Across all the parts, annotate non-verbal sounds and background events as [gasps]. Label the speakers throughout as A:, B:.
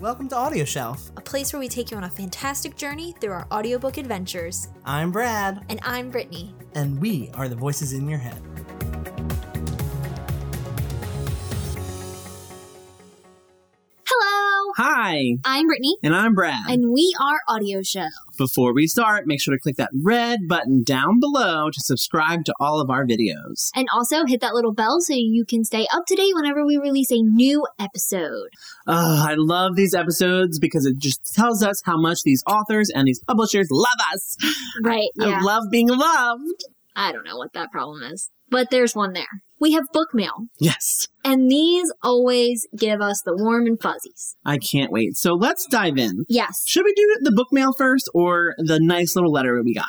A: Welcome to Audio Shelf.
B: a place where we take you on a fantastic journey through our audiobook adventures.
A: I'm Brad,
B: And I'm Brittany.
A: and we are the voices in your head.
B: Hello!
C: Hi,
B: I'm Brittany,
C: and I'm Brad.
B: and we are Audio Show.
C: Before we start, make sure to click that red button down below to subscribe to all of our videos.
B: And also hit that little bell so you can stay up to date whenever we release a new episode.
C: Oh, I love these episodes because it just tells us how much these authors and these publishers love us.
B: Right,
C: I love being loved.
B: I don't know what that problem is, but there's one there. We have book mail,
C: Yes,
B: and these always give us the warm and fuzzies.
C: I can't wait. So let's dive in.
B: Yes.
C: Should we do the book mail first or the nice little letter we got?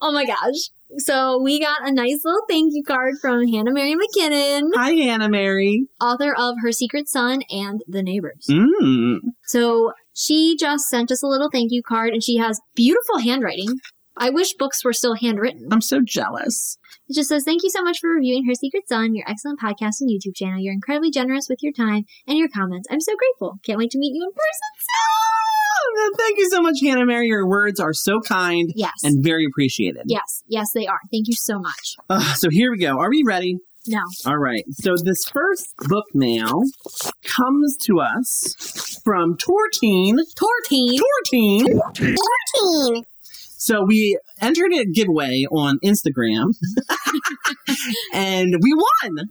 B: Oh my gosh. So we got a nice little thank you card from Hannah Mary McKinnon,
C: Hi, Anna Mary.
B: author of Her Secret Son and The Neighbors.
C: Mm.
B: So she just sent us a little thank you card and she has beautiful handwriting. I wish books were still handwritten.
C: I'm so jealous.
B: It just says, Thank you so much for reviewing Her Secret Son, your excellent podcast and YouTube channel. You're incredibly generous with your time and your comments. I'm so grateful. Can't wait to meet you in person.
C: Ah, Thank you so much, Hannah Mary. Your words are so kind
B: Yes.
C: and very appreciated.
B: yes. Yes, they are. Thank you so much.
C: Ugh, so here we go. Are we ready?
B: No.
C: All right. So this first book mail comes to us from Tortine.
B: Tortine.
C: Tortine.
B: Tortine.
C: So we entered a giveaway on
B: [laughs]
C: Instagram [laughs] and we won.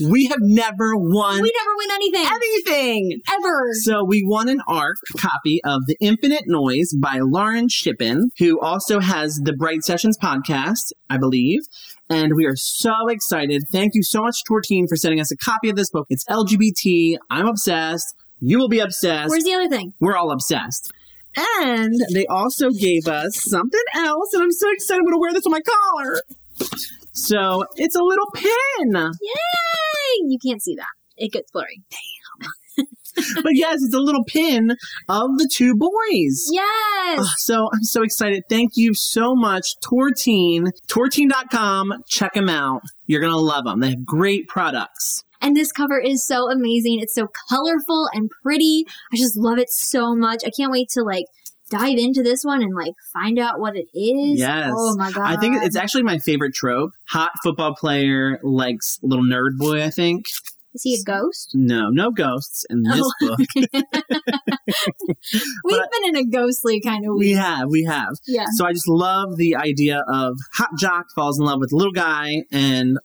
C: We have never
B: We
C: won
B: never win anything.
C: anything.
B: Ever.
C: So we won an ARC copy of The Infinite Noise by Lauren Shippen, who also has the Bright Sessions podcast, I believe. And we are so excited. Thank you so much, Tortine, for sending us a copy of this book. It's LGBT. I'm obsessed. You will be obsessed.
B: Where's the other thing?
C: We're all obsessed. And they also gave us something else, and I'm so excited. I'm going to wear this on my collar. So it's a little pin.
B: Yay! You can't see that. It gets blurry.
C: But yes, it's a little pin of the two boys.
B: Yes.
C: Oh, so I'm so excited. Thank you so much, Tortine. Tortine.com. Check them out. You're going to love them. They have great products.
B: And this cover is so amazing. It's so colorful and pretty. I just love it so much. I can't wait to like dive into this one and like find out what it is.
C: Yes.
B: Oh my god.
C: I think it's actually my favorite trope. Hot football player likes little nerd boy, I think.
B: is he a ghost?
C: No, no ghosts in this
B: Oh. [laughs]
C: book.
B: We've
C: But-
B: been in a ghostly kind of
C: We
B: week.
C: have, we have.
B: Yeah.
C: So I just love the idea of hot jock falls in love with little guy, and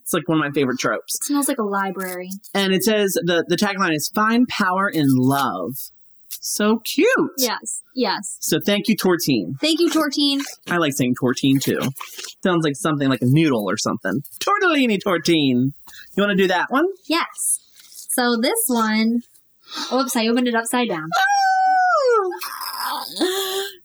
C: it's like one of my favorite tropes.
B: It smells like a library.
C: And it says the the tagline is "Find power in love." So cute.
B: Yes. Yes.
C: So thank you, Tortine.
B: Thank you, Tortine.
C: I like saying tortine too. Sounds like something like a noodle or something. Tortellini tortine. You want to do that one?
B: Yes. So this one Oops, I opened it upside [gasps] down.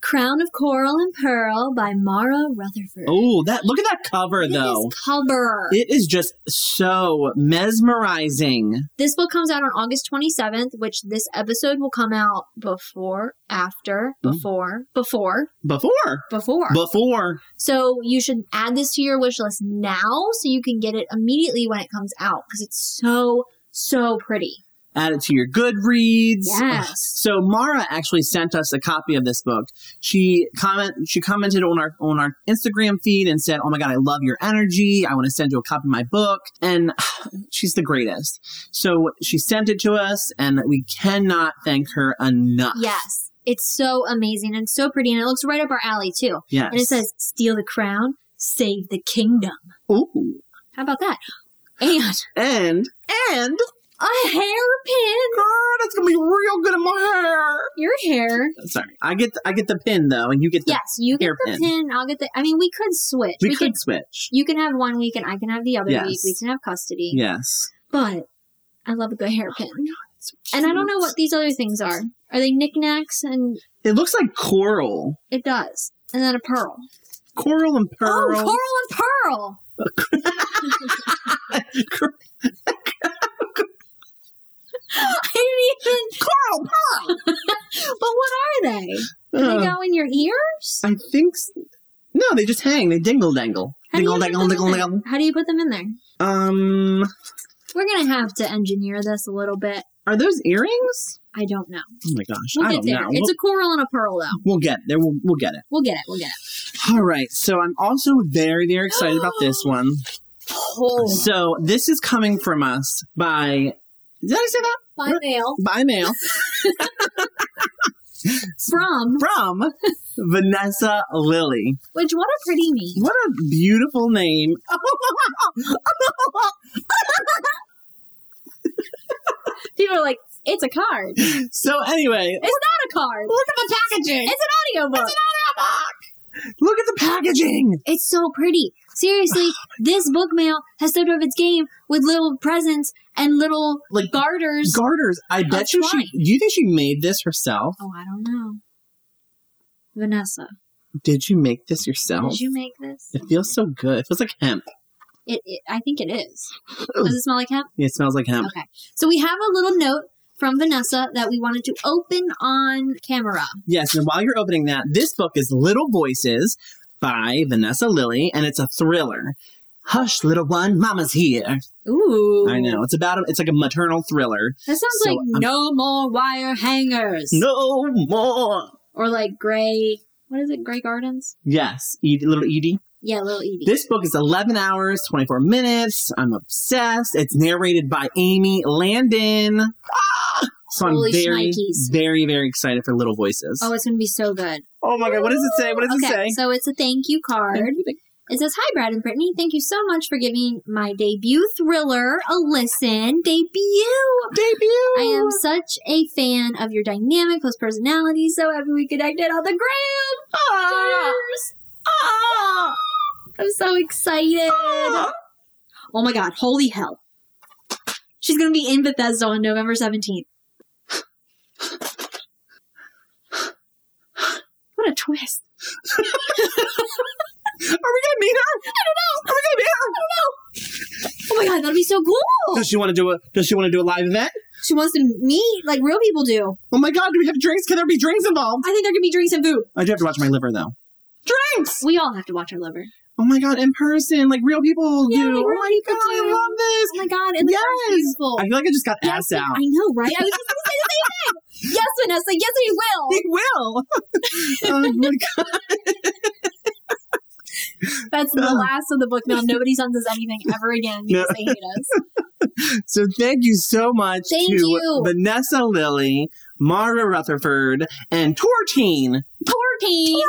B: Crown of Coral and Pearl by Mara Rutherford.
C: Oh, that look at that cover
B: Look at
C: though.
B: this cover.
C: It is just so mesmerizing.
B: This book comes out on August 27th, which this episode will come out before, after,
C: Mm.
B: before, before,
C: Before,
B: before.
C: before
B: so you should add this to your wish list now so you can get it immediately when it comes out because it's so, so pretty.
C: add it to your Goodreads.
B: Yes.
C: Ugh. So Mara actually sent us a copy of this book. She comment she commented on our on our Instagram feed and said, "Oh my god, I love your energy. I want to send you a copy of my book." And [sighs] she's the greatest. So she sent it to us, and we cannot thank her enough.
B: Yes. It's so amazing and so pretty. And it looks right up our alley, too.
C: Yes.
B: And it says, Steal the crown, save the kingdom.
C: "Ooh."
B: How about that? And
C: And and
B: a hairpin.
C: girl, that's gonna be real good in my hair.
B: Your hair.
C: Sorry, I get the, I get the pin though, and you get the.
B: Yes, you get the
C: hairpin.
B: pin. I'll get the. I mean, we could switch.
C: We, could switch.
B: You can have one week and I can have the other
C: Yes.
B: week. We can have custody.
C: Yes. Oh
B: But I love a good hairpin.
C: So
B: and I don't know
C: cute.
B: what these other things are. Are they knickknacks? And
C: It looks like coral.
B: it does. And then a pearl.
C: Coral and pearl.
B: Oh, coral and
C: [laughs]
B: pearl. I didn't
C: [laughs]
B: even. Coral pearl. [laughs] but what are they? Do they
C: Ugh.
B: go in your ears?
C: I think. s- No, they just hang. They dingle dangle.
B: How do you
C: Dingle
B: put
C: dangle
B: them
C: dingle
B: in there?
C: dangle.
B: How do you put them in there?
C: Um,
B: We're We're gonna have to engineer this a little bit.
C: Are those earrings?
B: I don't know.
C: Oh my gosh,
B: We'll
C: I
B: get
C: don't
B: there.
C: know.
B: It's
C: We'll,
B: a coral and a pearl, though.
C: we'll get there. We'll, we'll get it.
B: We'll get it. We'll get it.
C: All right. So I'm also very very excited about
B: [gasps]
C: this one.
B: Oh,
C: So this is coming from us by. Did I say that?
B: by mail
C: By
B: [laughs]
C: mail
B: from
C: from Vanessa Lilly.
B: which? What a pretty name.
C: What a beautiful name. [laughs]
B: People are like, it's a card. It's
C: so anyway,
B: not a card.
C: look at the packaging.
B: It's an audiobook.
C: Look at the packaging.
B: It's so pretty. Seriously,
C: [sighs]
B: this book mail has stepped up its game with little presents and little
C: Like
B: garters.
C: garters. I bet
B: That's
C: you she.
B: fine.
C: Do you think she made this herself?
B: oh, I don't know. Vanessa,
C: Did you make this yourself?
B: did you make this?
C: It feels so good. It feels like hemp.
B: It, it, I think it is. Does it smell like hemp?
C: It smells like hemp.
B: Okay. So we have a little note from Vanessa that we wanted to open on camera.
C: Yes, and while you're opening that, this book is Little Voices by Vanessa Lilly, and it's a thriller. Hush, little one, Mama's here.
B: Ooh.
C: I know it's about a, it's like a maternal thriller.
B: That sounds
C: So,
B: like
C: um,
B: no more wire hangers.
C: No more.
B: Or like gray, what is it? Gray Gardens?
C: Yes, Edie, little Edie.
B: Yeah, little Edie.
C: This book is 11 hours, 24 minutes. I'm obsessed. It's narrated by Amy Landon. Ah! So I'm
B: Holy
C: very,
B: shnikes.
C: very, very excited for Little Voices.
B: oh, it's going to be so good.
C: Oh my God, what does it say? What does
B: okay,
C: it say?
B: so it's a thank you card. It says, Hi, Brad and Brittany. Thank you so much for giving my debut thriller a listen. Debut!
C: Debut.
B: I am such a fan of your dynamic host personality, so happy we connected on the gram!
C: Ah!
B: Cheers!
C: Ah!
B: I'm so excited!
C: Ah!
B: Oh my god, holy hell. She's gonna be in Bethesda on November 17th. What
C: [laughs]
B: a twist.
C: Are we gonna meet her? I don't know. Are we gonna meet her?
B: Oh my god, that'll be so cool!
C: Does she want to do a Does she want to do a live event?
B: She wants to meet like real people do.
C: Oh my God! Do we have drinks? Can there be drinks involved?
B: I think there could be drinks and food.
C: I do have to watch my liver though. Drinks.
B: We all have to watch our liver.
C: Oh my God! In person, like real people
B: Yeah,
C: do.
B: like
C: oh
B: real
C: my
B: people
C: God! I
B: do.
C: love this.
B: Oh my god, and the
C: Yes!
B: car's beautiful.
C: I feel like I just got
B: Yes,
C: ass out.
B: I know, right? I was just gonna say the same thing. [laughs] Yes, Vanessa, yes, we will.
C: It
B: [laughs]
C: will. [laughs] oh my
B: That's the last of the book now. Nobody sends us anything ever again because they hate us.
C: So thank you so much
B: Thank
C: to
B: you.
C: Vanessa Lilly, Mara Rutherford, and Tortine.
B: Poor team.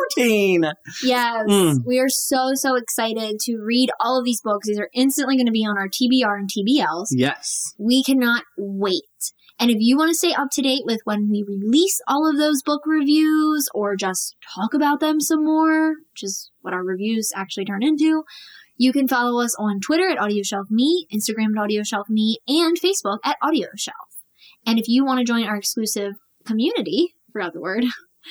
C: Tortine.
B: Yes,
C: Mm.
B: we are so so excited to read all of these books. These are instantly going to be on our TBR and TBLs.
C: Yes.
B: We cannot wait. And if you want to stay up to date with when we release all of those book reviews or just talk about them some more, which is what our reviews actually turn into, you can follow us on Twitter at AudioshelfMe, Instagram at AudioshelfMe, and Facebook at AudioShelf. And if you want to join our exclusive community, forgot the word,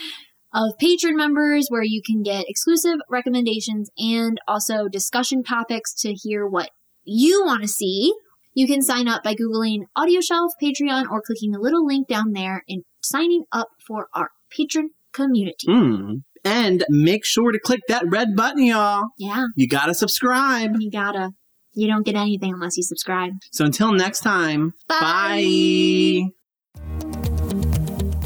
B: [laughs] of patron members where you can get exclusive recommendations and also discussion topics to hear what you want to see you can sign up by Googling AudioShelf, Patreon, or clicking the little link down there and signing up for our patron community.
C: Mm. And make sure to click that red button, y'all.
B: Yeah,
C: You gotta subscribe.
B: you gotta. You don't get anything unless you subscribe.
C: So until next time, bye.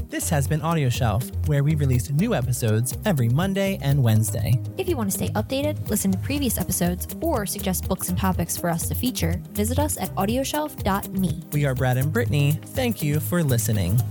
A: This has been Audio Shelf, where we release new episodes every Monday and Wednesday.
D: If you want to stay updated, listen to previous episodes, or suggest books and topics for us to feature, visit us at audioshelf.me.
A: We are Brad and Brittany. Thank you for listening.